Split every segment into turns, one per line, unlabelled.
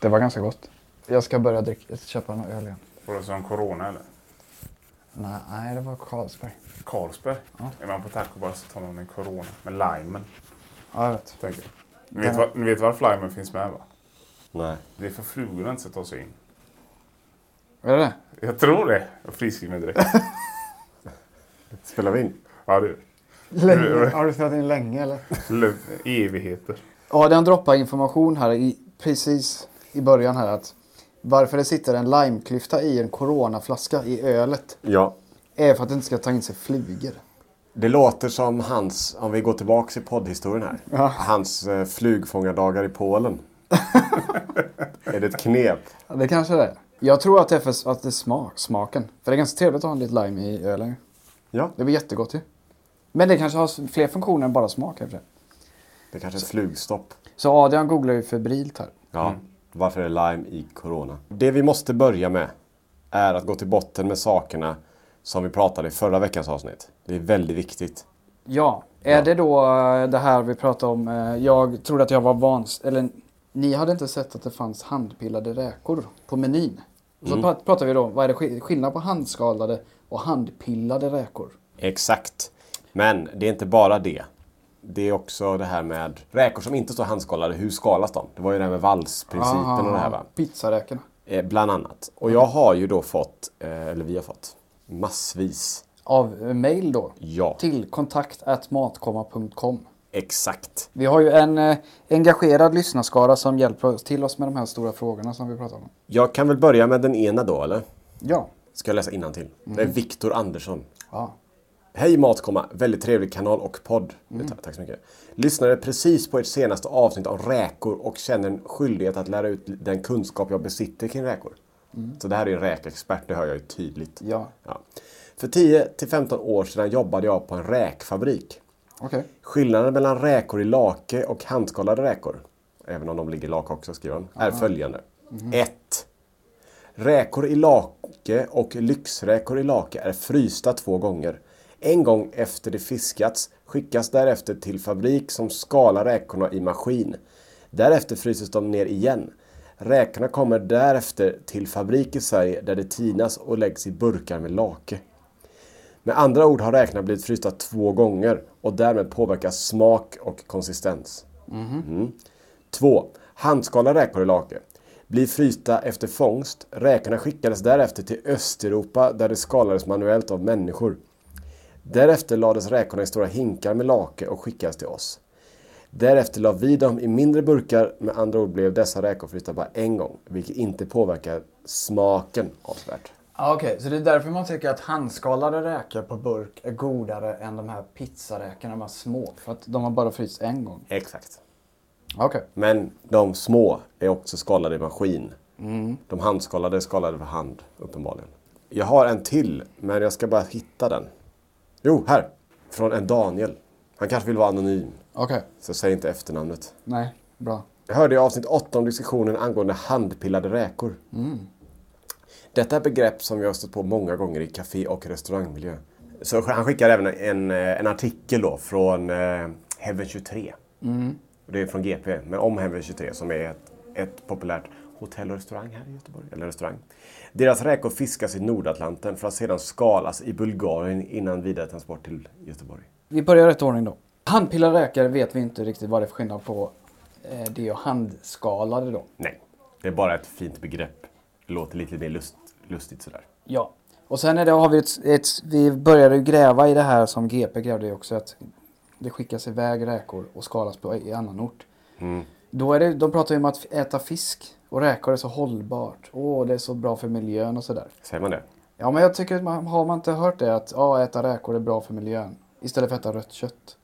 Det var ganska gott. Jag ska börja dricka, köpa en öl igen.
Var det som corona eller?
Nej, nej, det var Carlsberg.
Carlsberg? Är man på taco bara så tar man en corona med limen.
Ja, jag vet.
Tänker. jag. Ni, vet var, ni vet varför limen finns med va?
Nej.
Det är för flugorna inte ska ta sig in.
Är det det?
Jag tror det. Jag friskriver mig direkt.
Spelar vi in?
Ja du.
Länge. Har du spelat in länge eller?
Lugn- Evigheter.
Ja, den droppar information här i, precis i början här att varför det sitter en limeklyfta i en coronaflaska i ölet
Ja.
är för att det inte ska ta in sig flugor.
Det låter som hans, om vi går tillbaks i poddhistorien här, hans eh, flugfångardagar i Polen. är det ett knep?
Ja, det kanske det är. Jag tror att det är för att det är smak, smaken. För det är ganska trevligt att ha en liten lime i ölen.
Ja,
Det blir jättegott ju. Men det kanske har fler funktioner än bara smak. i och för sig.
det kanske är ett flugstopp.
Så Adrian googlar ju febrilt här.
Ja. Varför är lime i corona? Det vi måste börja med är att gå till botten med sakerna som vi pratade i förra veckans avsnitt. Det är väldigt viktigt.
Ja, är det då eh, det här vi pratade om? eh, Jag trodde att jag var vans... Eller ni hade inte sett att det fanns handpillade räkor på menyn. Så
Mm.
pra- pratar vi då, vad är det skill- skillnad på handskalade och handpillade räkor?
Exakt. Men det är inte bara det. Det är också det här med räkor som inte står handskalade, hur skalas de? Det var ju det här med valsprincipen och det
Ah.
här va?
Pizzaräkorna.
Eh, bland annat. Och jag har ju då fått, eh, eller vi har fått, massvis.
Av eh, mail då?
Ja,
Till kontakt@matkomma.com.
exakt.
Vi har ju en eh, engagerad lyssnarskara som hjälper oss- till oss med de här stora frågorna som vi pratar om.
Jag kan väl börja med den ena då eller?
Ja.
Ska jag läsa innantill? Det är Viktor Andersson.
ja.
Hej Matkomma! Väldigt trevlig kanal och podd. Ta- Tack så mycket. Lyssnade precis på ert senaste avsnitt om räkor och känner en skyldighet att lära ut den kunskap jag besitter kring räkor. Så det här är en räkexpert, det hör jag ju tydligt.
Ja.
För 10-15 år sedan jobbade jag på en räkfabrik.
Okej.
Skillnaden mellan räkor i lake och handskalade räkor, även om de ligger i lake också skriver han, är följande. 1. Räkor i lake och lyxräkor i lake är frysta två gånger. En gång efter det fiskats skickas därefter till fabrik som skalar räkorna i maskin. Därefter fryses de ner igen. Räkorna kommer därefter till fabrik i Sverige där det tinas och läggs i burkar med lake. Med andra ord har räkorna blivit frysta två gånger och därmed påverkas smak och konsistens. Mm. 2. Handskalade räkor i lake. Blir frysta efter fångst. Räkorna skickades därefter till Östeuropa där de skalades manuellt av människor. Därefter lades räkorna i stora hinkar med lake och skickades till oss. Därefter la vi dem i mindre burkar, med andra ord blev dessa räkor frysta bara en gång, vilket inte påverkar smaken avsevärt.
Ja, Okej, så det är därför man tycker att handskalade räkor på burk är godare än de här pizzaräkorna, de här små. För att de har bara frysts en gång.
Exakt.
Okej.
Men de små är också skalade i maskin. De handskalade är skalade för hand, uppenbarligen. Jag har en till, men jag ska bara hitta den. Jo, här! Från en Daniel. Han kanske vill vara anonym,
Okej.
så säg inte efternamnet.
Nej, bra.
Jag hörde i avsnitt 8 om diskussionen angående handpillade räkor. Detta är begrepp som jag har stött på många gånger i café och restaurangmiljö. Så han skickar även en, eh, en artikel då från eh, Heaven 23. Och det är från GP, men om Hemve 23 som är ett, ett populärt hotell och restaurang här i Göteborg. Eller restaurang. Deras räkor fiskas i Nordatlanten för att sedan skalas i Bulgarien innan vidare transport till Göteborg.
Vi börjar i rätt ordning då. Handpillade räkor vet vi inte riktigt vad det är för skillnad på eh, det och handskalade då.
Nej, det är bara ett fint begrepp. Det låter lite mer lust, lustigt sådär.
Ja. Och sen är det, har vi ett, ett, vi började ju gräva i det här som GP grävde i också att det skickas iväg räkor och skalas på i annan ort. Mm. Då, är det, då pratar vi om att äta fisk och räkor är så hållbart. Åh, det är så bra för miljön och sådär.
Säger man det?
Ja, men jag tycker att man, har man inte hört det att ja, äta räkor är bra för miljön istället för att äta rött kött.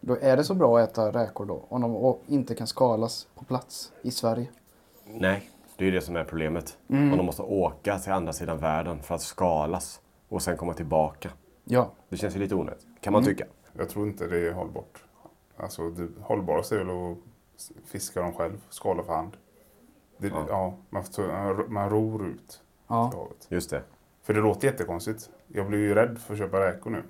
Då är det så bra att äta räkor då om de å- inte kan skalas på plats i Sverige.
Nej, det är ju det som är problemet. Om de måste åka till andra sidan världen för att skalas och sen komma tillbaka.
Ja,
Det känns ju lite onödigt, kan man tycka.
Jag tror inte det är hållbart. Alltså det hållbaraste är väl att s- fiska dem själv, skala för hand. Det, ja. man, får- man- man ror ut
Ja.
till havet.
Just det,
För det låter jättekonstigt. Jag blir ju rädd för att köpa räkor nu.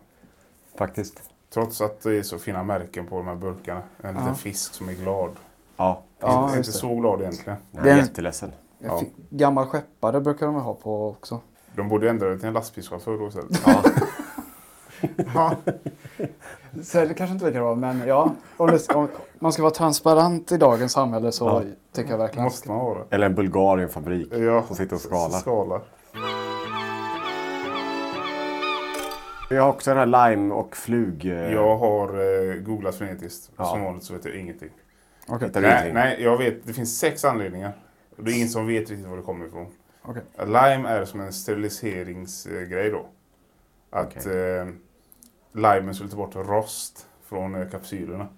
faktiskt.
Trots att det är så fina märken på de här burkarna. En liten fisk som är glad.
Ja,
Ja,
inte
just
inte
det.
så glad egentligen.
jag är
Den-
jätteledsen.
ja. Gammal skeppare brukar de ha på också.
De borde ju ändra det till en lastbilschaufför då istället.
Ja. Så det kanske inte lika bra, men ja. Om, det, om man ska vara transparent i dagens samhälle så tycker jag verkligen
Måste man vara.
Eller en Bulgarienfabrik
Ja,
som sitter och
s-
skalar.
skalar.
Vi har också den här lime och flug... eh,
Jag har eh, googlat frenetiskt.
Ja.
Som vanligt så vet jag ingenting.
Okej.
hittar du
Nej,
ingenting?
nej, jag vet. Det finns sex anledningar. Och det är ingen som vet riktigt var det kommer ifrån. Eh,
Okej.
Lime är som en steriliseringsgrej då. Att eh, limen skulle ta bort rost från eh, kapsylerna.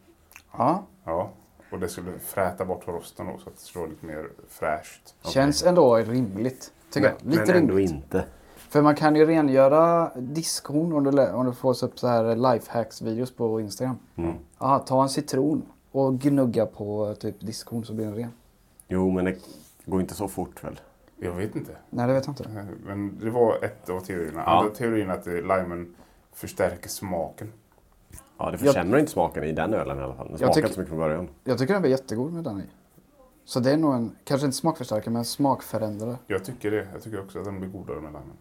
Ja.
Ja, och det skulle fräta bort rosten då så att det skulle vara lite mer fräscht.
Känns ändå rimligt. Tycker jag. Lite
men ändå
rimligt.
inte.
För man kan ju rengöra diskhon om du, lä- om du får upp så här lifehacks-videos på Instagram.
Mm.
Ja, ta en citron och gnugga på eh, typ diskhon så blir den ren.
Jo, men det går inte så fort väl?
Jag vet inte.
Nej, det vet jag inte.
Eh, Men det var ett av teorierna. Andra teorin är att eh, limen förstärker smaken.
Ja, det försämrar inte smaken i den ölen i alla fall. Den smakar
tycker-
inte så mycket från början.
Jag tycker den var jättegod med den i. Så det är nog en, kanske inte smakförstärkare, men smakförändrare.
Jag tycker det. Jag tycker också att den blir godare med limen.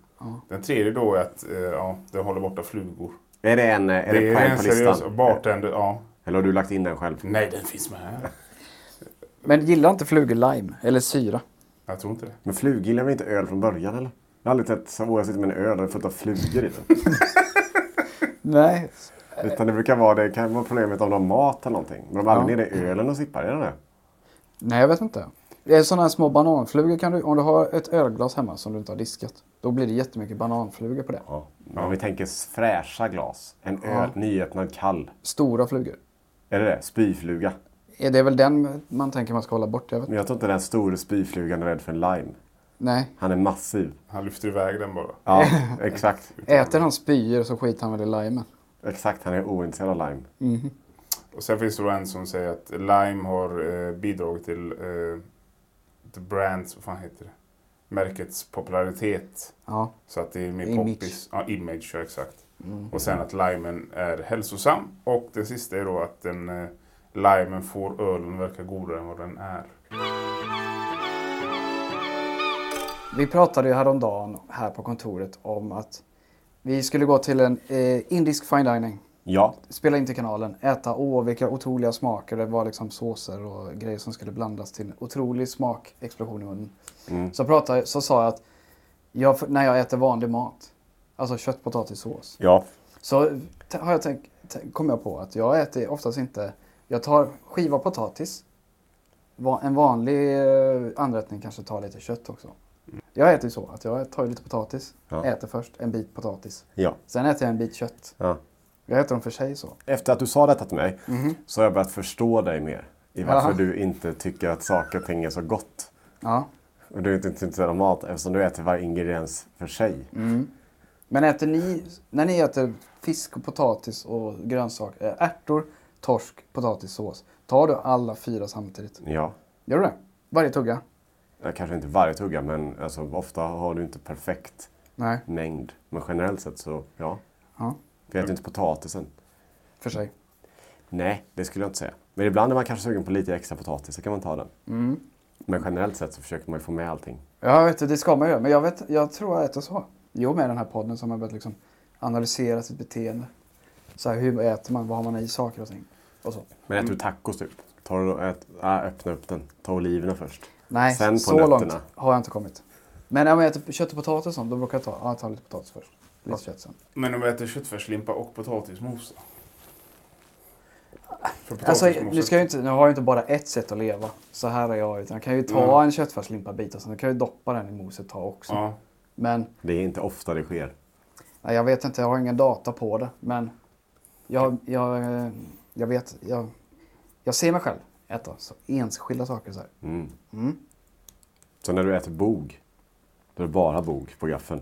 Den tredje då är att eh, ja, den håller borta flugor.
Är det en, eh, är det poäng på listan?
Bartender, ja.
Eller har du lagt in den själv?
Nej, den finns med här.
Men gillar inte flugor lime eller syra?
Jag tror inte det.
Men flugor gillar väl inte öl från början eller? Jag har aldrig sett så jag sitter med en öl och fått av flugor i den.
Nej.
Utan det brukar vara, det kan vara problemet om de har mat eller någonting. Men de har aldrig nere i ölen och sippar, är det det?
Nej, jag vet inte. Det är sådana här små bananflugor kan du, om du har ett ölglas hemma som du inte har diskat, då blir det jättemycket bananflugor på det.
Ja. Men om vi tänker s- fräscha glas. En öl, nyöppnad kall.
Stora flugor.
Är det det? Spyfluga.
Är det väl den man tänker man ska hålla bort? Jag vet inte.
Men jag tror inte den stora spyflugan är rädd för en lime.
Nej.
Han är massiv.
Han lyfter iväg den bara.
Ja, exakt.
Äter han spyor så skiter han väl i limen.
Exakt, han är ointresserad av lime.
Och sen finns det då en som säger att Lime har eh, bidragit till eh, The Brands, vad fan heter det? Märkets popularitet.
Ja.
Så att det är mer
Image.
poppis. Ja, image, ja, exakt.
Mm.
Och sen att limen är hälsosam. Och det sista är då att den, eh, limen får ölen att verka godare än vad den är.
Vi pratade ju häromdagen här på kontoret om att vi skulle gå till en eh, indisk fine dining.
Ja,
Spela in till kanalen, äta, åh vilka otroliga smaker. Det var liksom såser och grejer som skulle blandas till en otrolig smakexplosion i munnen. Så, pratade, så sa jag att jag, f- när jag äter vanlig mat, alltså kött, potatis, sås.
ja.
Så t- har jag tänkt, t- kom jag på att jag äter oftast inte, jag tar skiva potatis. Va- En vanlig eh, anrättning kanske tar lite kött också. Jag äter ju så att jag tar ju lite potatis,
Ja.
äter först en bit potatis.
ja.
Sen äter jag en bit kött.
ja.
Jag äter dem för sig så.
Efter att du sa detta till mig så har jag börjat förstå dig mer. I varför
Jaha.
du inte tycker att saker och ting är så gott.
Ja.
Och du är inte intresserad av mat eftersom du äter varje ingrediens för sig.
Men äter ni, när ni äter fisk och potatis och grönsaker, eh, ärtor, torsk, potatissås. Tar du alla fyra samtidigt?
Ja.
Gör du det? Varje tugga?
Ja, Kanske inte varje tugga men alltså, ofta har du inte perfekt
Nej,
mängd. Men generellt sett så ja.
Ja.
För jag äter inte potatisen.
för sig.
Nej, det skulle jag inte säga. Men ibland är man kanske sugen på lite extra potatis så kan man ta den. Men generellt sett så försöker man ju få med allting.
Ja, vet du, det ska man ju. Men jag, vet, jag tror jag äter så. Jo, med den här podden så har man börjat liksom analysera sitt beteende. Så här, hur äter man? Vad har man i saker och ting? Och så.
Men äter du tacos typ? Tar du, ät, äh, öppna upp den. Ta oliverna först.
Nej,
Sen på
så
nötterna.
långt har jag inte kommit. Men om jag äter kött och potatis och sånt, då brukar jag ta, ja, jag tar lite potatis först. Lite kött sen.
Men om vi äter köttfärslimpa och potatismos då? För
Alltså,
potatismos-
nu, ska jag ju inte, nu har jag ju inte bara ett sätt att leva. Så här är jag. Utan jag kan ju ta en köttfärslimpa-bit och sen kan jag ju doppa den i moset ta också.
Ja.
Men
Det är inte ofta det sker.
nej, jag vet inte, jag har ingen data på det. Men jag, jag, eh, jag vet, jag, jag ser mig själv äta så enskilda saker så här.
Mm. Så när du äter bog, då är det bara bog på gaffeln.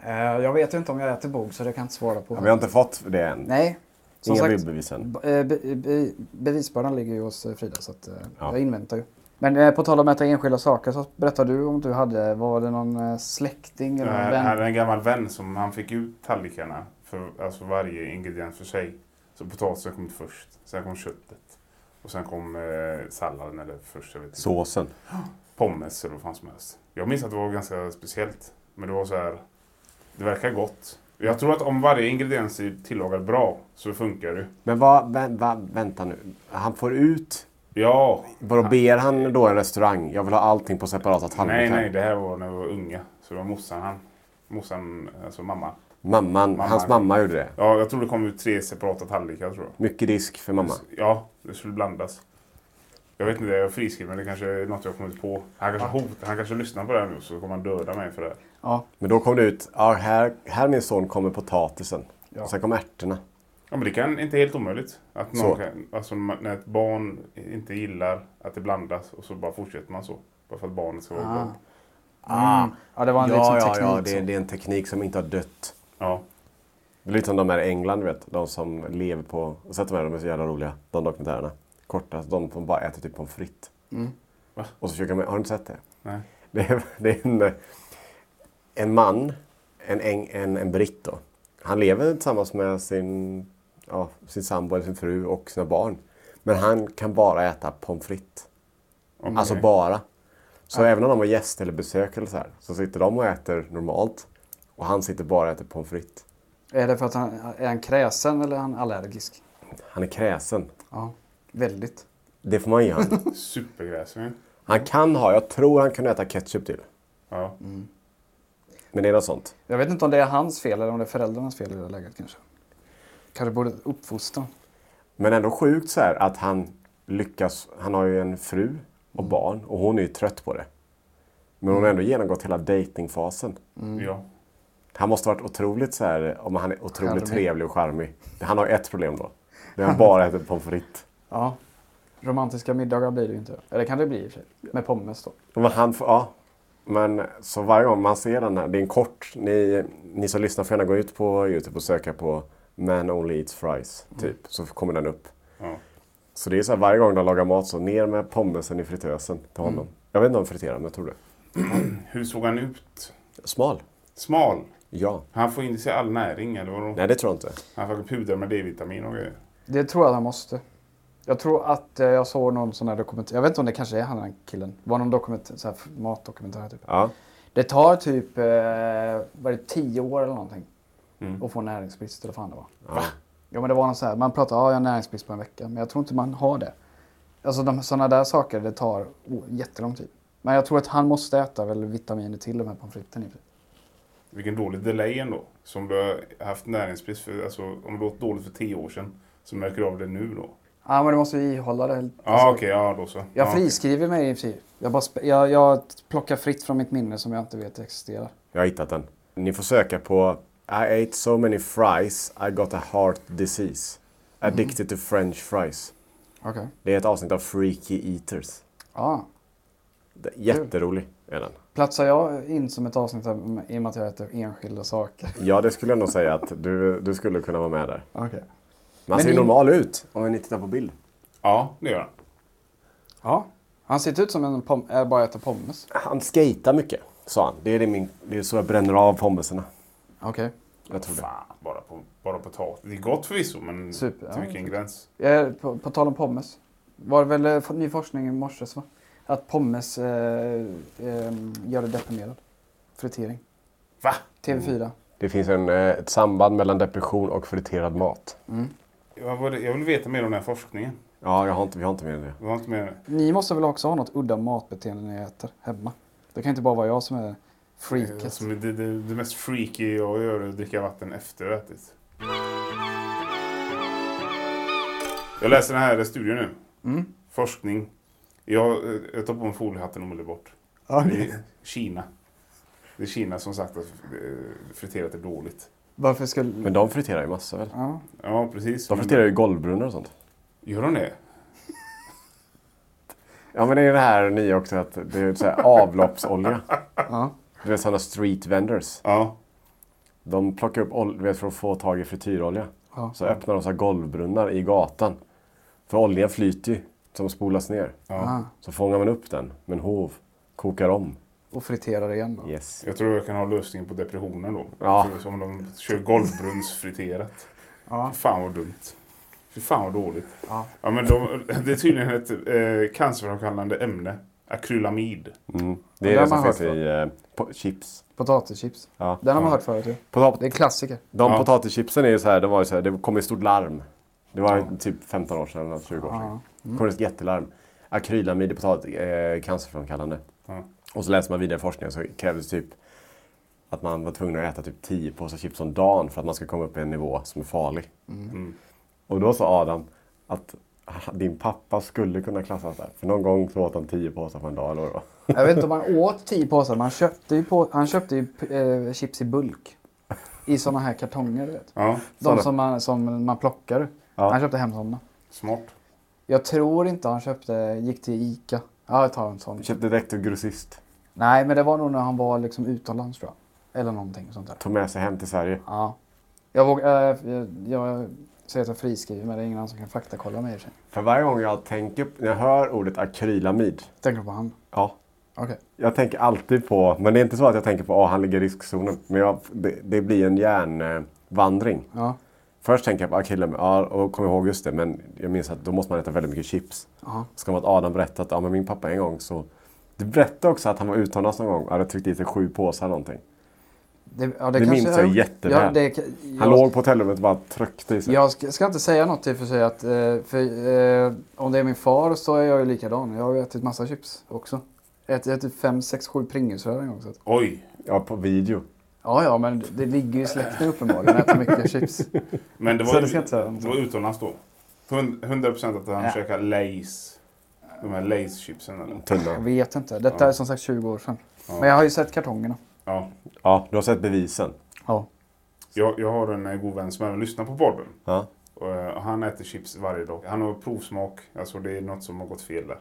Eh, Jag vet ju inte om jag äter bog så det kan jag inte svara på.
Ja, vi har inte fått det än.
Nej. Som
Inga
sagt,
bildbevis än.
b- eh, be- be- bevisbördan ligger ju hos eh, Frida så att, eh,
Ja.
jag inväntar ju. Men eh, på tal om att äta enskilda saker så berättade du om du hade, var det någon eh, släkting
Jag
eller
Äh,
någon vän?
hade en gammal vän som han fick ut tallrikarna för alltså varje ingrediens för sig. Så potatisen kom först, sen kom köttet. Och sen kom eh, salladen eller först, jag vet inte.
Såsen.
Pommes eller vad fan som helst. Jag minns att det var ganska speciellt. Men det var så här, det verkar gott. Jag tror att om varje ingrediens är tillagad bra så funkar det.
Men vad, vä, va, vänta nu. Han får ut...
Ja!
Vadå, ber han då en restaurang? Jag vill ha allting på separata
Nej,
tallrikar.
nej, det här var när vi var unga. Så det var morsan han. Morsan, alltså mamma.
Mamman,
Mamma.
hans mamma gjorde det.
Ja, jag tror det kom ut tre separata tallrikar tror jag.
Mycket disk för mamma.
Ja, det skulle blandas. Jag vet inte, jag är friskriven. Det kanske är något jag kommit på. Han kanske hotar, han kanske lyssnar på det här nu så kommer han döda mig för det. här.
Ja,
Men då kom det ut, ja, här, här min son kommer potatisen. Och sen kom ärtorna.
Ja, men det kan inte helt omöjligt. Att
Så.
någon kan, alltså, ma- när ett barn inte gillar att det blandas och så bara fortsätter man så. Bara för att barnet ska vara glad.
ja det var en liksom teknik.
Ah. ja, det,
så.
det är en teknik som inte har dött.
Ja.
Det är lite som de här i England, du vet. De som lever på... Jag har sett de här, de är så jävla roliga. De dokumentärerna. Korta. De som bara äter typ pommes frites.
Mm.
Va?
Och så försöker de... Har du inte sett det?
Nej.
Det är, det är en, en man, en, eng- en, en britt då. Han lever tillsammans med sin, ja, sin sambo, eller sin fru och sina barn. Men han kan bara äta pommes frites. Alltså bara. Så även om de har gäster eller besök eller så här, så sitter de och äter normalt. Och han sitter bara och äter pommes frites.
Är det för att han, är han kräsen eller är han allergisk?
Han är kräsen.
Ja, väldigt.
Det får man ge honom.
Supergräsvin.
Han kan ha, jag tror han kunde äta ketchup till.
Ja.
Men det är något sånt.
Jag vet inte om det är hans fel eller om det är föräldrarnas fel i det läget kanske. Kanske borde uppfostra.
Men ändå sjukt så här att han lyckas. Han har ju en fru och barn och hon är ju trött på det. Men hon har ändå genomgått hela datingfasen.
ja.
Han måste ha varit otroligt så här, om han är otroligt
Charmig.
trevlig och charmig. Han har ett problem då. Det är han bara äter pommes frites.
Ja. Romantiska middagar blir det ju inte. Eller kan det bli i och för sig. Med pommes då.
Men han får, ja. Men så varje gång man ser den här, det är en kort, ni, ni som lyssnar får gärna gå ut på Youtube och söka på Man Only Eats Fries, typ. Så kommer den upp.
ja.
Så det är så här, varje gång de lagar mat så ner med pommesen i fritösen till honom. Jag vet inte om de friterar, men jag tror det.
Hur såg han ut?
Smal?
Smal.
Ja.
Han får in i sig all näring eller vadå?
Nej, det tror jag inte.
Han får pudra med D-vitamin och grejer.
Det tror jag att han måste. Jag tror att eh, jag såg någon sån här dokumentär. Jag vet inte om det kanske är han den killen. Det var någon dokumentär, så här matdokumentär typ.
Ja.
Det tar typ, eh, var det tio år eller någonting?
Mm.
Att få näringsbrist eller vad fan det var.
ja.
Ja men det var någon sån här, man pratar, ja jag har näringsbrist på en vecka. Men jag tror inte man har det. Alltså de, sådana där saker, det tar o- jättelång tid. Men jag tror att han måste äta väl vitaminer till de här pommes fritesen. i och för sig.
Vilken dålig delay ändå. Så om du har haft näringsbrist, för, alltså om det åt dåligt för tio år sedan, så märker du av det nu då?
Ja men du måste ju ihålla det. helt-
Ja,
alltså,
okej, ja då så.
Jag
ja.
friskriver mig i och för sig. Jag, bara spe- jag, jag plockar fritt från mitt minne som jag inte vet existerar.
Jag har hittat den. Ni får söka på I ate so many fries, I got a heart disease. Addicted to French fries.
Okej.
Det är ett avsnitt av Freaky Eaters.
Ja.
Det- Jätterolig är den.
Platsar jag in som ett avsnitt här, i och med att jag äter enskilda saker?
Ja, det skulle jag nog säga att du, du skulle kunna vara med där.
Okej.
Man ser ju
ni-
normal ut om ni tittar på bild.
Ja, det gör han.
Ja. Han ser ut som en pom- äh, bara äter pommes.
Han skejtar mycket, sa han. Det är, det min, det är så jag bränner av pommeserna.
Okej.
Jag tror det.
Fan, bara, på, bara potatis. Det är gott förvisso, men
Super, ja,
till vilken gräns?
Eh, På, på tal om pommes. Var det väl eh, f- ny forskning i morse va? Att pommes eh, eh, gör dig deprimerad. Fritering.
Va?
TV4.
Det finns en, eh, ett samband mellan depression och friterad mat.
Jag, var, jag vill veta mer om den här forskningen.
Ja, jag har inte, vi har inte med det.
Det var inte mer...
Ni måste väl också ha något udda matbeteende när ni äter hemma? Det kan inte bara vara jag som är freaket.
Alltså, men det, det, det mest freaky jag gör är att dricka vatten efter jag har ätit. Jag läser den här studien nu. Forskning. Jag, eh, jag tar på mig foliehatten omedelbart. Det är Kina. Det är Kina som sagt att eh, friterat är dåligt.
Varför skulle...
Men de friterar ju massa väl?
Ja.
Ja, precis.
De
Men-
friterar ju golvbrunnar och sånt.
Gör de det?
Ja, men det är det här nya också att det är så här avloppsolja.
ja.
Du vet sådana street vendors.
Ja.
De plockar upp olja, du vet, för att få tag i frityrolja.
Ja.
Så öppnar de så här golvbrunnar i gatan. För oljan flyter ju, som spolas ner.
Ah.
Så fångar man upp den med en hov, kokar om.
Och friterar igen då.
Yes.
Jag tror jag kan ha lösningen på depressionen då.
Ja.
För Som de kör golvbrunnsfriterat.
Ja.
Fy fan vad dumt. Fy fan vad dåligt.
Ja.
men de, det är tydligen ett eh, cancerframkallande ämne. Akrylamid.
Mm.
Ja,
Det är
det
det,
har man
som finns
hört
i eh, po- chips.
Potatischips.
Ja.
Den har man hört förut ju.
Potat-
Det är en klassiker.
de
Ja.
potatischipsen är ju så här, det var ju så här, det kom ett stort larm. Det var typ 15 år sedan, eller 20 år sedan.
Ja.
kom det ett jättelarm. Akrylamid är potatis, eh, cancerframkallande.
Ja.
Och så läser man vidare i forskningen så krävdes typ att man var tvungen att äta typ 10 påsar chips om dagen för att man ska komma upp i en nivå som är farlig. Och då sa Adam att "Ah, din pappa skulle kunna klassas där. För någon gång så åt han 10 påsar på en dag eller vad det var.
Jag vet inte om han åt tio påsar, men han köpte ju, på, han köpte ju eh, chips i bulk. I såna här kartonger, du vet.
Ja,
De som man, som man plockar.
Ja.
Han köpte hem såna.
smart.
Jag tror inte han köpte, gick till Ica. Ja, jag tar en sån.
Jag köpte direkt till grossist.
Nej, men det var nog när han var liksom utomlands tror jag. Eller någonting sånt där.
Tog med sig hem till Sverige.
Ja. Jag, vågar, äh, jag, jag säger att jag friskriver men det är ingen annan som kan faktakolla mig i och för sig.
För varje gång jag tänker, när jag hör ordet akrylamid.
Tänker du på han?
Ja,
Okej.
Jag tänker alltid på, men det är inte så att jag tänker på att han ligger i riskzonen. Men jag, det, det blir en hjärnvandring.
Ja.
Först tänker jag på Akilem, ja, och kom ihåg just det, men jag minns att då måste man äta väldigt mycket chips.
Ja.
Så kom att Adam berättade att ja, men min pappa en gång så... Du berättade också att han var utomlands någon gång och hade tryckt i sig sju påsar någonting.
Det, ja,
Det
kanske
minns jag
gjort.
jätteväl.
Ja, det,
Han
jag,
låg på hotellrummet och bara tryckte i sig.
jag ska, ska inte säga något i och för sig att, eh, för, eh, om det är min far så är jag ju likadan. Jag har ju ätit massa chips också. Jag äter- jag har ätit fem, sex, sju Pringelsrör en gång. Så att,
Oj.
Ja, på video.
ja, ja, men det ligger ju i släkten uppenbarligen att äta mycket chips.
Men det
Så
var,
det ska jag inte säga något
det var utomlands då. Hund- 100% att han
Ja.
käkade Lays. De här Lays-chipsen eller?
Jag
Tunna.
vet inte. Detta är som sagt 20 år sedan. Men jag har ju sett kartongerna.
Ja.
Ja, du har sett bevisen.
Ja.
Jag, jag har en eh, god vän som även lyssnar på podden.
Ja.
Och, eh, han äter chips varje dag. Han har provsmak. Alltså det är något som har gått fel där.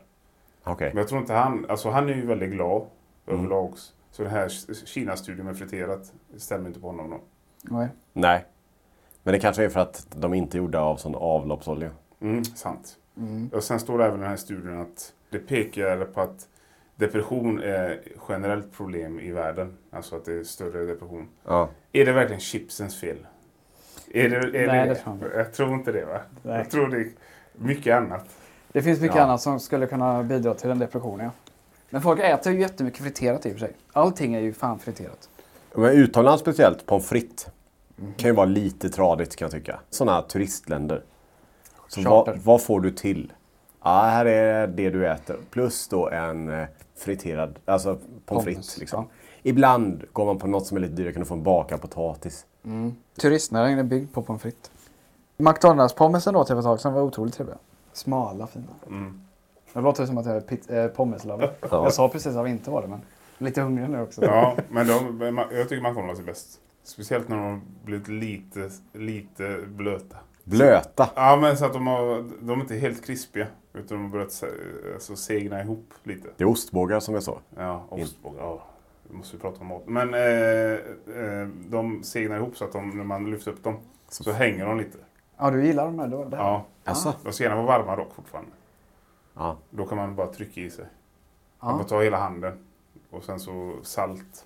Okej.
Men jag tror inte han, alltså han är ju väldigt glad
Mm.
överlag också. Så den här Kina-studien med friterat stämmer inte på honom då.
Nej.
Nej. Men det kanske är för att de inte är gjorda av sån avloppsolja.
Mm, sant. Och sen står det även i den här studien att det pekar på att depression är generellt problem i världen. Alltså att det är större depression.
Ja.
Är det verkligen chipsens fel? Är det, är
Nej, det tror jag inte.
jag tror inte det va?
Nej.
Jag tror det är mycket annat.
Det finns mycket
Ja.
annat som skulle kunna bidra till den depressionen. Ja. Men folk äter ju jättemycket friterat i och för sig. Allting är ju fan friterat.
Men utomlands speciellt, pommes frites. Kan ju vara lite tradigt kan jag tycka. Sådana här turistländer. Så
Charter.
vad, vad får du till? Ja, här är det du äter. Plus då en eh, friterad, alltså pommes
Pommes,
frites. Liksom. Ibland går man på något som är lite dyrare. Kan du få en bakad potatis?
Turistnäringen är byggd på pommes frites. McDonalds-pommesen då till för ett tag sedan var otroligt trevliga. Smala, fina.
Mm.
Det låter som att jag är pit- eh, pommeslöv. Jag sa precis att jag inte var det, men lite hungrig nu också.
Ja, men de, men ma- jag tycker McDonalds är bäst. Speciellt när de har blivit lite, lite blöta.
Blöta.
Ja, men så att de, har, de är inte helt krispiga. Utan de har börjat se- alltså, segna ihop lite.
Det är ostbågar som är så.
Ja, ostbågar. Ja, vi måste ju prata om mat. Men eh, eh, de segnar ihop så att de, när man lyfter upp dem så hänger de lite.
Ja, du gillar de här då? Där.
Ja.
Alltså.
De ska gärna vara varma dock fortfarande.
Ja.
Då kan man bara trycka i sig. Man får ta hela handen. Och sen så salt.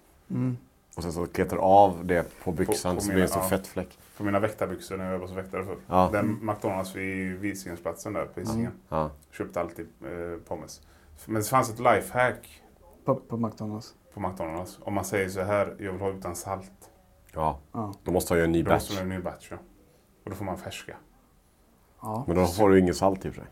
Och sen så kletar du av det på byxan
på
så blir det en stor
mina- ja.
fettfläck.
På mina väktarbyxor när jag jobbade som väktare förr.
Ja.
Den McDonalds vid Vidsingensplatsen där på Hisingen.
Ja.
Köpte alltid eh, pommes. Men det fanns ett lifehack
På, på McDonalds.
på McDonalds. Om man säger så här, jag vill ha utan salt.
ja.
Ja.
Då måste jag göra en ny
Då måste
batch.
man göra en ny batch. Ja. Och då får man färska.
Men då får du ingen salt i och för sig.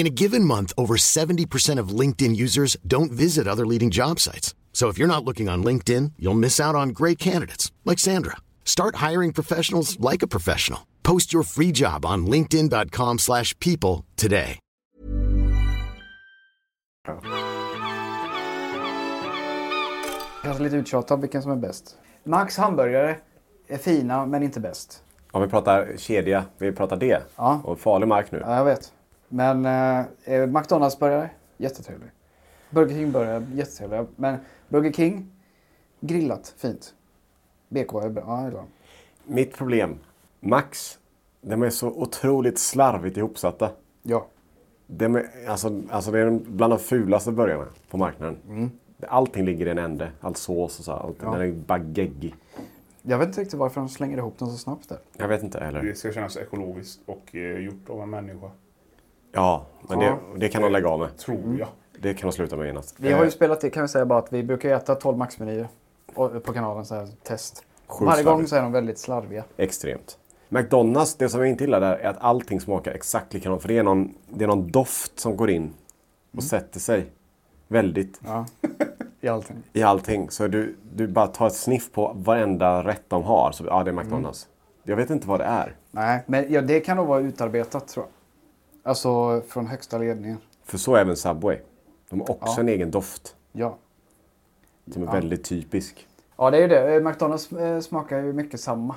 In a given month, over 70% of LinkedIn users don't visit other leading job sites. So if you're not looking on LinkedIn, you'll miss out on great candidates like Sandra. Start hiring professionals like a professional. Post your free job on linkedin.com/people slash people today.
Kanske lite uttjatad vilken som är bäst. Max hamburgare är fina men inte bäst.
Om vi pratar kedja, vi pratar det.
Ja.
Och farlig mark nu.
Ja, jag vet. Men eh, eh, McDonalds burgare, jättetrevlig. Burger King burgare, jättetrevliga. Men Burger King, grillat, fint. BK är bra. Ja, jag gillar dem.
Mitt problem. Max. De är så otroligt slarvigt ihopsatta.
ja.
De är, alltså, alltså det är de- bland de fulaste burgarna på marknaden.
Mm.
Allting ligger i en ände. All sås och så. här, Allt, Den är bara geggig.
Jag vet inte riktigt varför de slänger ihop dem så snabbt där.
Jag vet inte heller.
Det ska kännas ekologiskt och eh, gjort av en människa.
Ja, men det, det kan de lägga av med.
Tror jag.
Det kan de sluta med genast.
Vi har ju
Eh,
spelat det kan vi säga bara att vi brukar äta 12 maxmenyer och- på kanalen så här test.
Sjukt
Varje gång
slarvigt.
så är de väldigt slarviga.
Extremt. McDonalds, det som jag inte gillar där är att allting smakar exakt likadant. För det är någon, det är någon doft som går in och
Mm.
sätter sig väldigt
I allting.
i allting. Så du, du bara tar ett sniff på varenda rätt de har. Så, ja, det är McDonalds. Jag vet inte vad det är.
Nej, men ja, det kan nog vara utarbetat tror jag. Alltså från högsta ledningen.
För så är även Subway. De har också en egen doft
Ja.
som är väldigt typisk.
Ja, det är ju det. Eh, McDonalds eh, smakar ju mycket samma.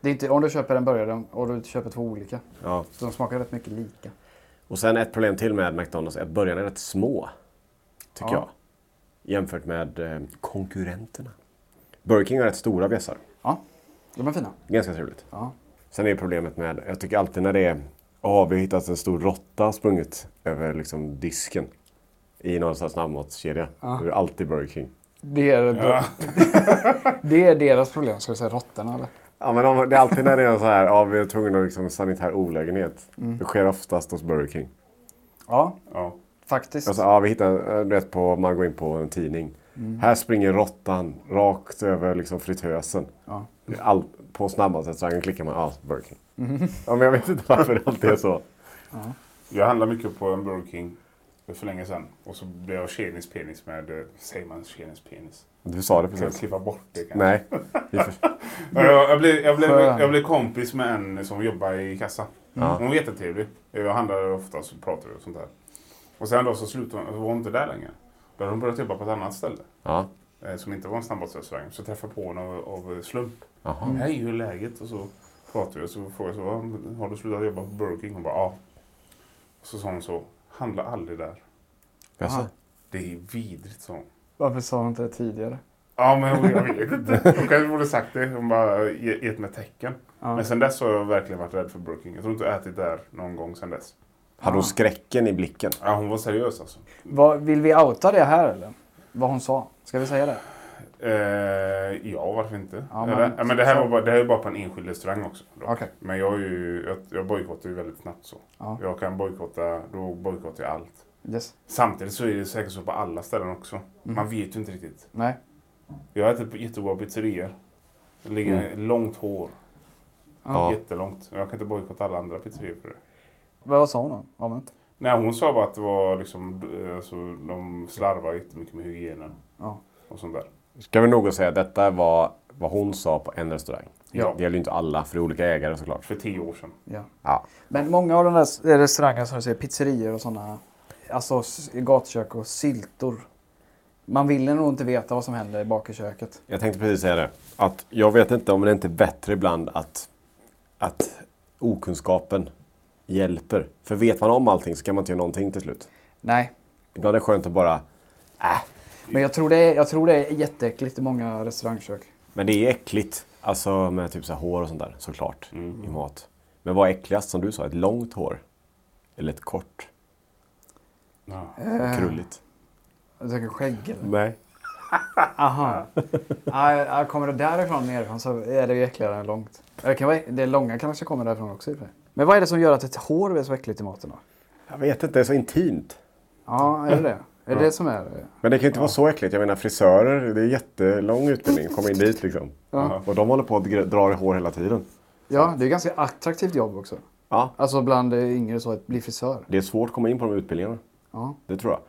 Det är inte om du köper en burgare och du köper två olika.
Ja.
Så de smakar rätt mycket lika.
Och sen ett problem till med McDonalds är att början är rätt små. Tycker
Ja.
jag. Jämfört med eh, konkurrenterna. Burger King har rätt stora bjässar.
Ja, de är fina.
Ganska trevligt.
Ja.
Sen är problemet med, jag tycker alltid när det är, ja vi har hittat en stor råtta sprungit över liksom disken. I någon sån här snabbmatskedja. Då är det alltid Burger King.
Det är, det är deras problem, ska vi säga råttorna eller?
Ja men om, det är alltid när det är så här, ja vi är tvungna att liksom sanitär olägenhet. Det sker oftast hos Burger King.
Ja,
Ja.
faktiskt.
Alltså, ja, vi hittar, eh, du vet, på, man går in på en tidning. Här springer råttan rakt över liksom, fritösen. All, på snabbmatsrestaurangen klickar man, ja, Burger King. Ja, men jag vet inte varför det alltid är så.
Jag handlade mycket på en Burger King för länge sedan. Och så blev jag kenisk penis med, eh, säger man kenisk penis?
Du sa det
Kan jag
precis.
klippa bort det kanske?
Nej. Vi för-
Ja, Jag, jag, blev, jag, blev,
Skön.
jag blev kompis med en som jobbar i kassan. Hon var jättetrevlig. Jag handlade ofta så pratade vi och sånt där. Och sen då så slutade hon, var hon inte där längre. Då hade hon börjat jobba på ett annat ställe.
Ja.
eh, Som inte var en snabbmatsrestaurang. Så jag träffade på henne av, av slump. Mm. Hej, hur är läget? Och så pratade vi och så frågade jag så, "Ja, har du slutat jobba på Burger King? Hon bara ja. Och så sa hon så, handla aldrig där.
Jaså?
Det är vidrigt sa hon.
Ah, Varför sa de inte det tidigare?
Ja, men hon- jag vet inte. Hon kanske borde sagt det. Hon bara ge- gett mig tecken. Men sen dess har jag verkligen varit rädd för Burger King. Jag tror inte jag har ätit där någon gång sen dess.
Hade hon skräcken i blicken?
Ja, hon var seriös alltså.
Vad, vill vi outa det här eller? Vad hon sa? Ska vi säga det?
Eh, ja, varför inte?
Ja, men-
men, ja, men det här var bara, det här är bara på en enskild restaurang också. då.
Okej.
Men jag, är ju, jag, jag bojkottar ju väldigt snabbt så.
Ja.
Jag kan bojkotta, då bojkottar jag allt.
Yes.
Samtidigt så är det säkert så på alla ställen också.
Mhm.
Man vet ju inte riktigt.
Nej.
Jag har ätit på jättegoda pizzerior. Det ligger långt hår.
Mm. Ja.
Jättelångt. Jag kan inte bojkotta alla andra pizzerior för det.
Vad sa hon då? Allmänt?
Nej, hon sa bara att det var liksom, eh, alltså, de slarvar jättemycket med hygienen
Ja.
och sånt där.
Ska vi nog säga att detta var vad hon sa på en restaurang.
Ja.
Det gäller ju inte alla, för det är olika ägare såklart.
För tio år sedan.
ja.
Ja.
Men många av de där restaurangerna som du säger, pizzerior och sådana, alltså s- gatukök och syltor. Man vill nog inte veta vad som händer bak i köket.
Jag tänkte precis säga det. Att jag vet inte om det inte är bättre ibland att, att okunskapen hjälper. För vet man om allting så kan man inte göra någonting till slut.
Nej,
Ibland är det skönt att bara...
men jag tror det är, jag tror det är jätteäckligt i många restaurangkök.
Men det är äckligt. Alltså med typ så här hår och sånt där såklart. I mat. Men vad är äckligast som du sa? Ett långt hår? Eller ett kort?
Ja.
Krulligt?
Jag tänker skägg eller?
Nej.
Aha. Ja, ja, kommer det därifrån nerifrån så är det ju äckligare än långt. Eller Det, kan vara, det långa kanske kommer därifrån också i och för sig. Men vad är det som gör att ett hår är så äckligt i maten då?
Jag vet inte, det är så intimt.
Ja, är det det? Är det det som är det?
Men det kan ju inte vara så äckligt. Jag menar frisörer, det är jättelång utbildning att komma in dit liksom. Och de håller på att gre- dra i hår hela tiden.
Ja, det är ju ganska attraktivt jobb också.
Ja.
Alltså bland eh, yngre så, att bli frisör.
Det är svårt att komma in på de här utbildningarna.
Ja.
Det tror jag.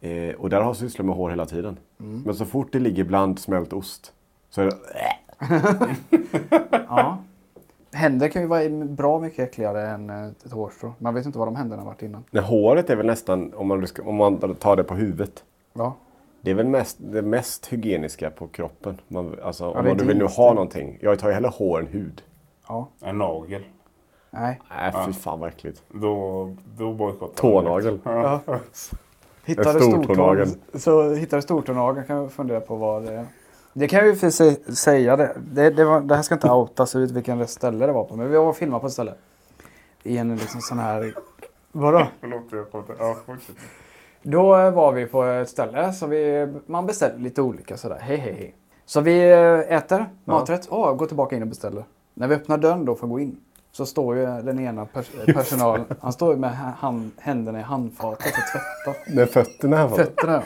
Eh, och där har jag sysslat med hår hela tiden.
Mm.
Men så fort det ligger bland smält ost så är det...
ja. Händer kan ju vara bra mycket äckligare än eh, ett hårstrå. Man vet inte vad de händerna har varit innan.
Nej, håret är väl nästan, om man, ska- om man tar det på huvudet,
Ja.
Det är väl mest, det mest hygieniska på kroppen. Man, alltså, om
det är
man nu vill nu
dit.
ha någonting. Jag tar ju hellre hår än hud.
Ja.
En nagel.
Nej.
Nej, fy fan vad äckligt.
Då, då bojkottar
Tånagel.
Ja.
Hittar du
stortånageln.
stortån, så hittar du stortånageln kan jag fundera på vad det är. Det kan jag ju för sig säga. Det, det, det, var, det här ska inte outas ut vilken ställe det var på. Men vi var och filmade på ett ställe. I en liksom sån här... Vadå?
Förlåt, jag kom inte... Ja, fortsätt.
Då eh, var vi på ett ställe så vi, man beställde lite olika sådär. Hej hej hej. Så vi eh, äter maträtt. Åh, går tillbaka in och beställer. När vi öppnar dörren då för att gå in så står ju den ena pers- eh, personalen, han står ju med ha- hand, händerna i handfatet och tvättar
Med fötterna i alla fall.
fötterna.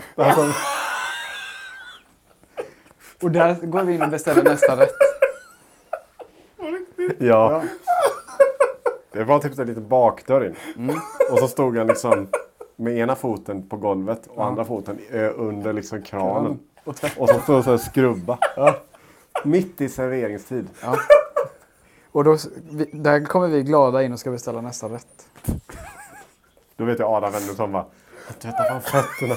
Och där går vi in och beställer nästa rätt.
Ja. Det var typ en liten bakdörr in. Och så stod han liksom med ena foten på golvet och andra foten ö, under liksom kranen. Och, så stod han så här och skrubba. Mitt i serveringstid.
Och då, s- vi, där kommer vi glada in och ska beställa nästa rätt.
Då vet jag Adam vänder sig om och bara. Tvätta fan fötterna.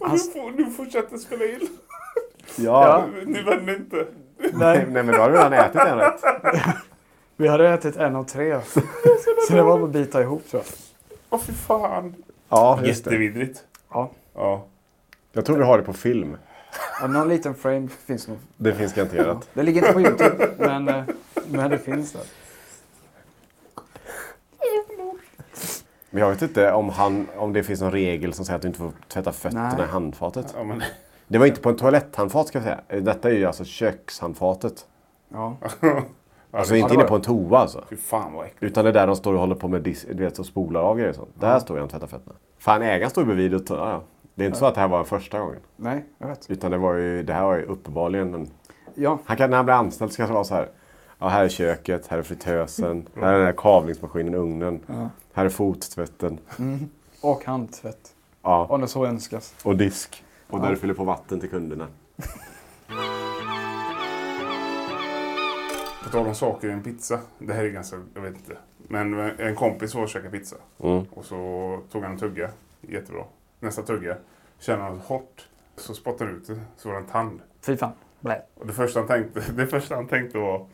Alltså-
Nu, får- nu fortsätter spela in.
Ja.
Nu vänder inte.
Nej. Nej men då har du redan ätit en rätt.
Vi hade ätit en av tre. Så det var bara att bita ihop tror jag.
Åh, fy fan.
Ja, just det.
Jättevidrigt.
Ja.
Ja.
Jag tror vi har det på film.
Ja, någon liten frame finns nog.
Det finns garanterat.
Det ligger inte på Youtube, men, eh, men det finns där.
Men jag vet inte om, han, om det finns någon regel som säger att du inte får tvätta fötterna
Nej.
i handfatet.
ja men,
Det var inte på en toaletthandfat ska jag säga. Detta är ju alltså kökshandfatet.
Ja.
Alltså inte inne på en toa alltså.
fy fan vad äckligt.
Utan det är där de står och håller på med dis- du vet, och spolar av grejer och sånt. Där står jag och tvättar fötterna. Fan, ägaren stod bredvid och ja, ja. Det är inte så att det här var första gången.
Nej, jag vet.
Utan det, var ju, det här var ju uppenbarligen en...
Ja.
Han kan, när han blir anställd så kanske det var så här. Ja, här är köket, här är fritösen, här är den här kavlingsmaskinen, ugnen. Här är fottvätten.
Och handtvätt.
Ja.
Om det så önskas.
Och disk. Och där du fyller på vatten till kunderna.
På tal om saker i en pizza. Det här är ganska, jag vet inte. Men en kompis var och käkade pizza. Och så tog han en tugga. Jättebra. Nästa tugga. Kände han hårt. Så spottade han ut det. Så var det en tand.
Fy fan. Blä.
Och det första han tänkte, det första han tänkte var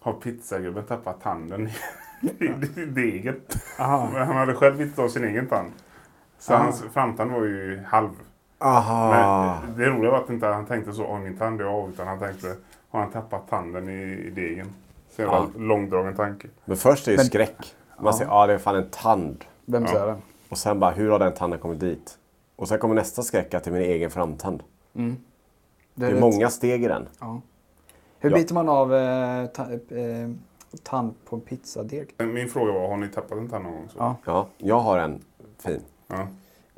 har pizzagubben tappat tanden i, i degen?
Aha.
Men han hade själv inte av sin egen tand. Så hans framtand var ju halv.
Aha.
Men det roliga var att inte han tänkte så, om min tand är av, utan han tänkte, har han tappat tanden i, i degen? Så jävla långdragen tanke.
Men först är ju skräck. Man säger, ja ah, det är fan en tand.
Vem ser den?
Och sen bara, hur har den tanden kommit dit? Och sen kommer nästa skräck, att det är min egen framtand.
Det
Det
är
är
rätt.
många steg i den.
Hur
Ja.
biter man av eh, ta, eh, tand på en pizzadeg?
Men Min fråga var, har ni tappat en tand någon gång? Så?
Ja.
Ja, jag har en fin.
Ja.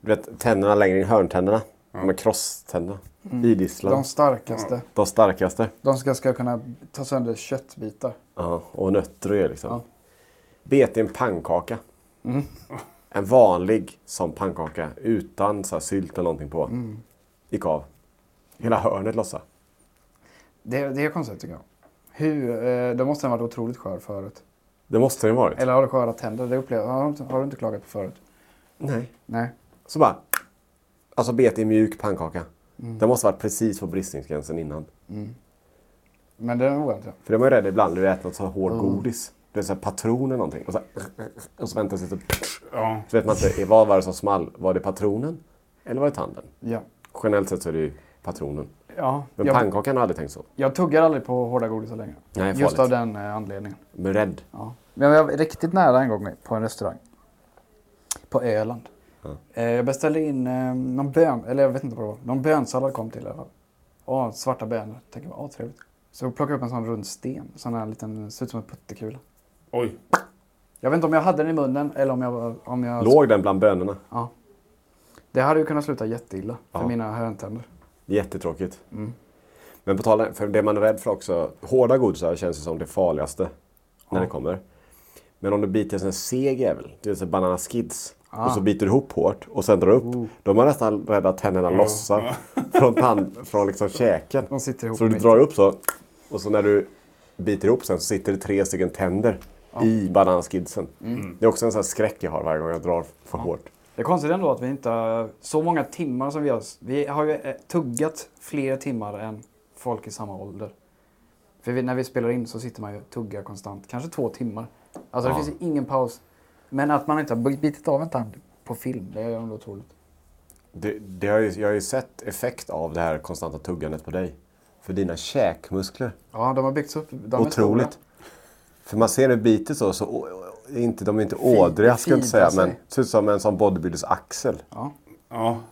Du vet, tänderna längre in, hörntänderna. De är crosstända. Idisslar.
Mm. De starkaste.
De starkaste.
De ska, ska kunna ta sönder köttbitar.
Ja, och nötter och grejer liksom.
Ja. Mm.
Bet i en pannkaka. En vanlig som pannkaka utan så här sylt eller någonting på.
Mm.
Gick av. Hela hörnet lossade.
Det, det är konstigt tycker jag. Hur, eh, då måste den varit otroligt skör förut.
Det måste det ha varit.
Eller har du sköra tänder? Det upplever, har, du inte- har du inte klagat på förut?
Nej.
Nej.
Så bara. Alltså bet i en mjuk pannkaka. Den måste ha varit precis på bristningsgränsen innan.
Men det vågar jag inte.
För det var ju rädd ibland när du äter något så här hård godis. Du vet så här patron eller någonting. Och så, här, och så väntar sig så,
Ja.
så vet man inte. Vad var det som small? Var det patronen? Eller var det tanden?
Ja.
Generellt sett så är det ju patronen.
Ja,
Men
jag,
pannkakan har aldrig tänkt så.
jag tuggar aldrig på hårda godisar längre.
Nej, farligt.
Just av den eh, anledningen.
Men rädd.
Ja. Men jag var riktigt nära en gång på en restaurang. På Öland. Eh, Jag beställde in eh, någon bön, eller jag vet inte vad det var. Någon bönsallad kom till i alla fall. Åh, svarta bönor. Tänker jag, åh trevligt. Så plockade jag upp en sån rund sten. Sån här liten, ser ut som en puttekula.
Oj.
Jag vet inte om jag hade den i munnen eller om jag... var- Om jag
Låg den bland bönorna?
Det hade ju kunnat sluta jätteilla för
Ja.
mina höntänder.
Jättetråkigt.
Mm.
Men på tal för det man är rädd för också. Hårda godisar känns ju som det farligaste när det kommer. Men om du biter en sån här seg jävel, du vet så här banana skids. Och
Ah.
så biter du ihop hårt och sen drar upp.
Oh.
Då är man nästan rädd att tänderna lossar från, tand, från liksom käken.
De sitter ihop
så du
mitt.
drar upp så. Och så när du biter ihop sen så sitter det tre stycken tänder i bananaskidsen.
Mm.
Det är också en sån här skräck jag har varje gång jag drar för hårt.
Det är konstigt ändå att vi inte har så många timmar som vi har. Vi har ju eh, tuggat fler timmar än folk i samma ålder. För vi, när vi spelar in så sitter man ju och tuggar konstant. Kanske två timmar. Alltså det finns ju ingen paus. Men att man inte har bitit av en tand på film, det är ändå otroligt.
Det, det har ju, jag har ju sett effekt av det här konstanta tuggandet på dig. För dina käkmuskler.
Ja, de har byggts upp. De är
Otroligt.
stora.
För man ser när du biter så, så å- å- inte, de är inte ådriga ska jag inte säga.
fibrar sig.
Men det ser ut som en sån bodybuilders axel.
Ja.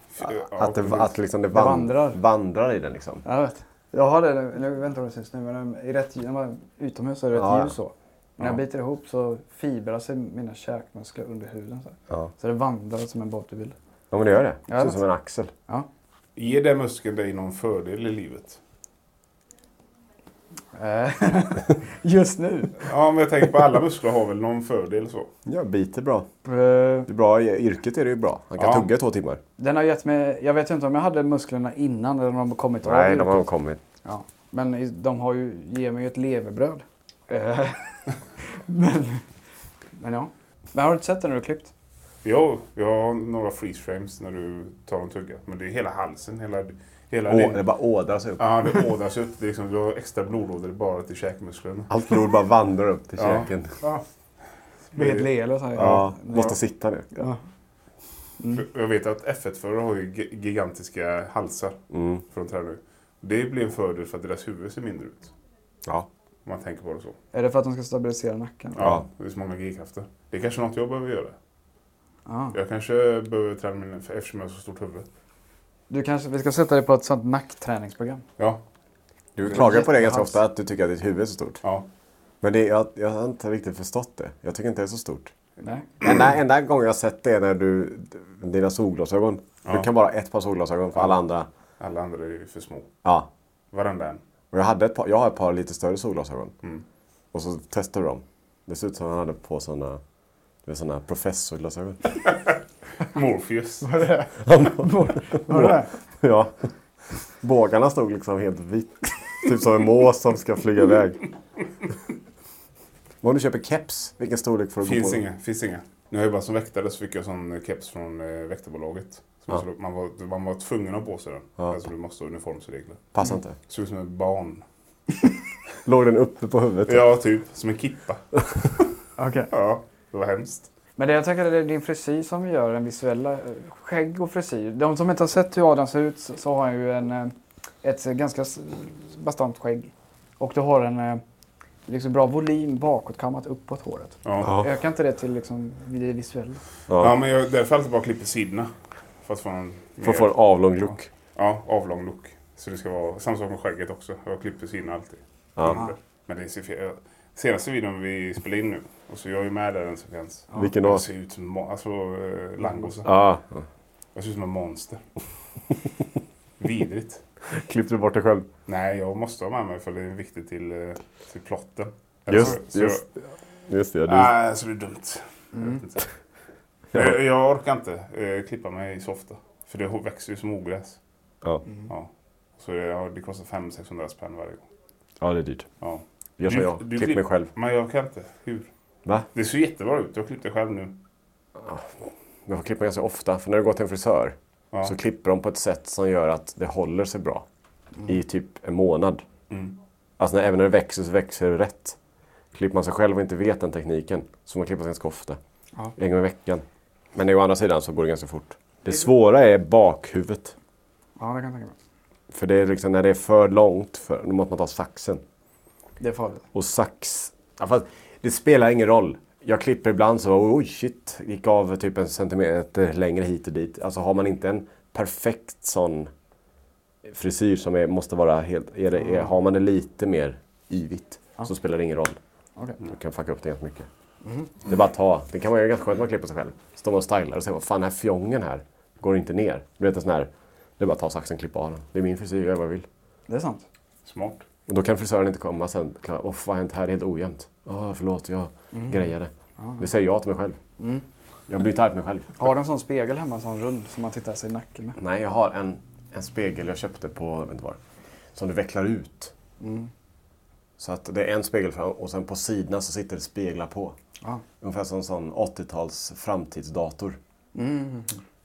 Fy- ja,
Att det, att liksom det, van,
vandrar.
vandrar. i den liksom.
Jag vet. Jag har det, nu- nu väntar du sist nu, men i rätt, när man är utomhus så är det rätt
Ja, ja.
ljus så. När jag biter ihop så fibrar sig mina käkmuskler under huden. Så, här.
Ja.
så det vandrar som en bodybuild.
Ja men det gör det. Det
Jag
ser ut
vet.
som en axel.
Ja.
Ger den muskeln dig någon fördel i livet?
Eh, Just nu.
Ja, men jag tänker på alla muskler har väl någon fördel så.
Ja, biter bra.
Eh,
Det är bra. i Yrket är det ju bra. Han kan
Ja.
tugga i två timmar.
Den har gett mig, jag vet inte om jag hade musklerna innan eller om de har kommit av.
Nej, de har
yrket.
nog kommit.
ja. Men i- de har ju, ger mig ju ett levebröd. Eh, men, men ja. Men har du inte sett den när du har klippt?
Jo, jag har några freeze frames när du tar en tugga. Men det är hela halsen, hela... hela
Å,
din-
det bara ådrar sig upp.
Ja, det ådas upp. Det är liksom, du har extra blodåder bara till käkmusklerna.
Allt blod bara vandrar upp till
Ja.
käken.
Ja.
Med ett leende så här.
Ja, måste sitta nu.
Ja.
Jag vet att F1-förare har ju gi- gigantiska halsar för de tränar ju. Det blir en fördel för att deras huvud ser mindre ut.
Ja.
Om man tänker på det så.
Är det för att de ska stabilisera nacken?
Ja, Det är så många g-krafter. Det är kanske något jag behöver göra.
Ja.
Jag kanske behöver träna min eftersom jag har så stort huvud.
Du kanske, vi ska sätta dig på ett sånt nackträningsprogram.
Ja,
Du klagar på det ganska
Jättehals.
ofta att du tycker att ditt huvud är så stort.
ja.
Men det, jag, jag har inte riktigt förstått det. Jag tycker inte det är så stort.
Nej.
Enda, enda gången jag har sett det är när du, dina solglasögon. Du kan bara ha ett par solglasögon för alla andra.
Alla andra är ju för små.
Ja.
Varenda en.
Och jag, hade ett par, jag har ett par lite större solglasögon. Och så testade du dem. Det ser ut som att han hade på sådana såna professorglasögon.
Morpheus.
Har du det?
ja. Bågarna stod liksom helt vitt. typ som en mås som ska flyga iväg. Men om du köper keps, vilken storlek får du gå
Finns
på?
inga, finns inga. När jag jobbade som väktare så fick jag sån keps från eh, väktarbolaget. Som jag skulle- man, var, man var tvungen att ha på sig den. Alltså du måste ha uniformsregler.
Passar inte.
Såg ut som ett barn.
Låg den uppe på huvudet?
Ja, typ. Som en kippa.
Okej.
Ja, det var hemskt.
Men det jag tänker det är din frisyr som gör den visuella. eh, Skägg och frisyr. De som inte har sett hur Adam ser ut så- så har han ju en, eh, ett eh, ganska s- bastant skägg. Och du har en eh, liksom bra volym bakåtkammat uppåt håret.
Ja.
Ökar inte det till liksom det visuella?
Ja, men jag, därför alltid bara klipper sidorna. För att få en
För att få en avlång look.
ja, avlång look. Så det ska vara samma sak med skägget också. Jag klipper sidorna alltid. Men- Men det ser fel. Senaste videon vi spelade in nu, och så jag är ju med där en sekvens.
Vilken då?
Jag ser ut som mo- alltså, eh, langos.
Ja.
Jag ser ut som en monster. Vidrigt.
Klippte du bort det själv?
Nej, jag måste ha med mig för det är viktigt till, eh, till plotten. Eller
Just,
så,
just, just det.
Så,
Du,
nej, så det är dumt. Jag, vet inte. jag, jag orkar inte eh, klippa mig så ofta. För det växer ju som ogräs.
ja.
Ja. Så det, ja, det kostar 500-600 spänn varje gång.
ja, det är dyrt.
Ja.
Gör som jag. Klipp mig själv.
Men jag kan inte. Hur?
Va?
Det ser jättebra ut. Jag klippte själv nu.
Men jag får klippa ganska ofta. För när du går till en frisör
Ja.
så klipper de på ett sätt som gör att det håller sig bra. I typ en månad. Alltså när, även när det växer så växer det rätt. Klipper man sig själv och inte vet den tekniken så man klipper sig ganska ofta. En gång i veckan. Men å andra sidan så går det ganska fort. Det svåra är bakhuvudet.
Ja, det kan jag tänka mig.
För det är liksom när det är för långt, för, då måste man ta saxen.
Det är farligt.
Och sax... Ja, fast det spelar ingen roll. Jag klipper ibland så, oj shit, gick av typ en centimeter längre hit och dit. Alltså har man inte en perfekt sån frisyr som är, måste vara helt... Är det, är, har man det lite mer yvigt så spelar det ingen roll.
Okej.
Du kan fucka upp det ganska mycket. Det är bara att ta. Det kan man göra ganska skönt när man klipper sig själv. Står man och stylar och säger, vad fan den här fjongen här går inte ner. Du vet en sån här, det är bara att ta saxen och klippa av den. Det är min frisyr, jag gör vad jag vill.
Det är sant.
Smart.
Och då kan frisören inte komma sen. Klara, Åh, vad har hänt här? Det är helt ojämnt. Åh, förlåt, jag grejade. Det säger jag till mig själv. Jag blir arg på mig själv.
Har du en sån spegel hemma, sån rund, som man tittar sig i nacken med?
Nej, jag har en, en spegel jag köpte på, jag vet inte var, som du vecklar ut. Så att det är en spegel fram och sen på sidorna så sitter det speglar på.
Ja.
Ungefär som en sån 80-tals framtidsdator.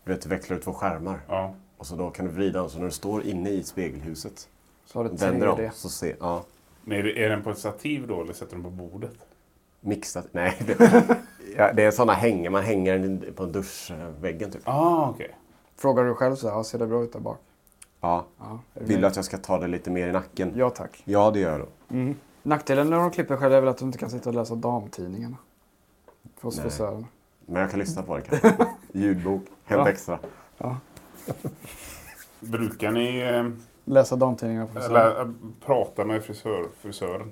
Du vet, du vecklar ut två skärmar.
Ja.
Och så då kan du vrida den, så när du står inne i spegelhuset,
Så har du
vänder om
3D.
så ser, ja,
Men är, det- är den på ett stativ då eller sätter den på bordet?
Mixat? Nej. Det, ja, det är sådana hänger. Man hänger den på duschväggen typ.
Ah, okej.
Frågar du själv så här, ja, ser det bra ut där bak?
Ja.
Ja. är du
Vill du
nöjd?
att jag ska ta det lite mer i nacken?
Ja, tack.
Ja, det gör jag då.
Nackdelen när de klipper själv är väl att du inte kan sitta och läsa damtidningarna. För oss frisörerna.
Men jag kan lyssna på det kanske. Ljudbok. Helt
Ja.
extra.
Brukar ni eh,
Läsa damtidningarna på frisörer.
eller, eh, prata med frisör, frisören?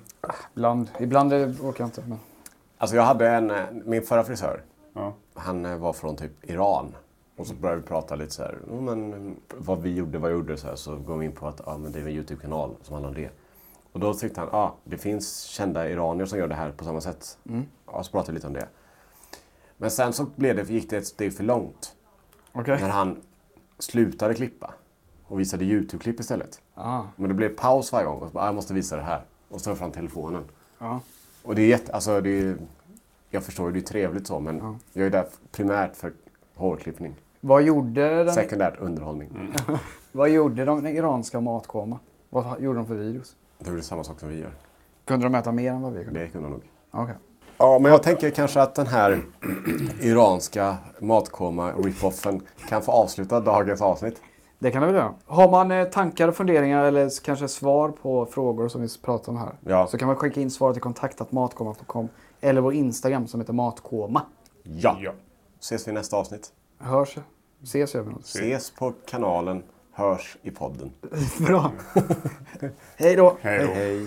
Ibland. Ibland är det, orkar jag inte. Men...
Alltså jag hade en, eh, min förra frisör,
Ja.
han eh, var från typ Iran. Och så började vi prata lite så här, "Ja, men mm, vad vi gjorde, vad jag gjorde så här. Så går vi in på att ja, men det är en YouTube-kanal som handlar om det. Och då tyckte han, ja, ah, det finns kända iranier som gör det här på samma sätt. Ja, så pratade vi lite om det. Men sen så blev det, gick det ett steg för långt.
Okej.
När han slutade klippa och visade YouTube-klipp istället.
Ah,
Men det blev paus varje gång. Och så bara, "Ah, jag måste visa det här. Och så tar jag fram telefonen.
ja.
Och det är jätte, alltså det är, jag förstår ju, det är trevligt så men jag är där primärt för hårklippning.
Vad gjorde den,
Sekundärt underhållning.
vad gjorde de den iranska matkoma? Vad ha- gjorde de för virus?
Det är väl samma sak som vi gör.
Kunde de äta mer än vad vi kunde?
Det kunde nog.
Okej.
Ja, men jag tänker kanske att den här iranska matkoma ripoffen kan få avsluta dagens avsnitt.
Det kan det väl göra. Har man eh, tankar och funderingar eller s- kanske svar på frågor som vi pratar om här.
Ja.
Så kan man skicka in svaret till kontaktat matkoma.com eller vår Instagram som heter matkoma.
Ja.
Ja.
Ses vi i nästa avsnitt.
Hörs, ses överallt.
Ses på kanalen, hörs i podden.
Bra. Hej då.
Hej då.
Hej.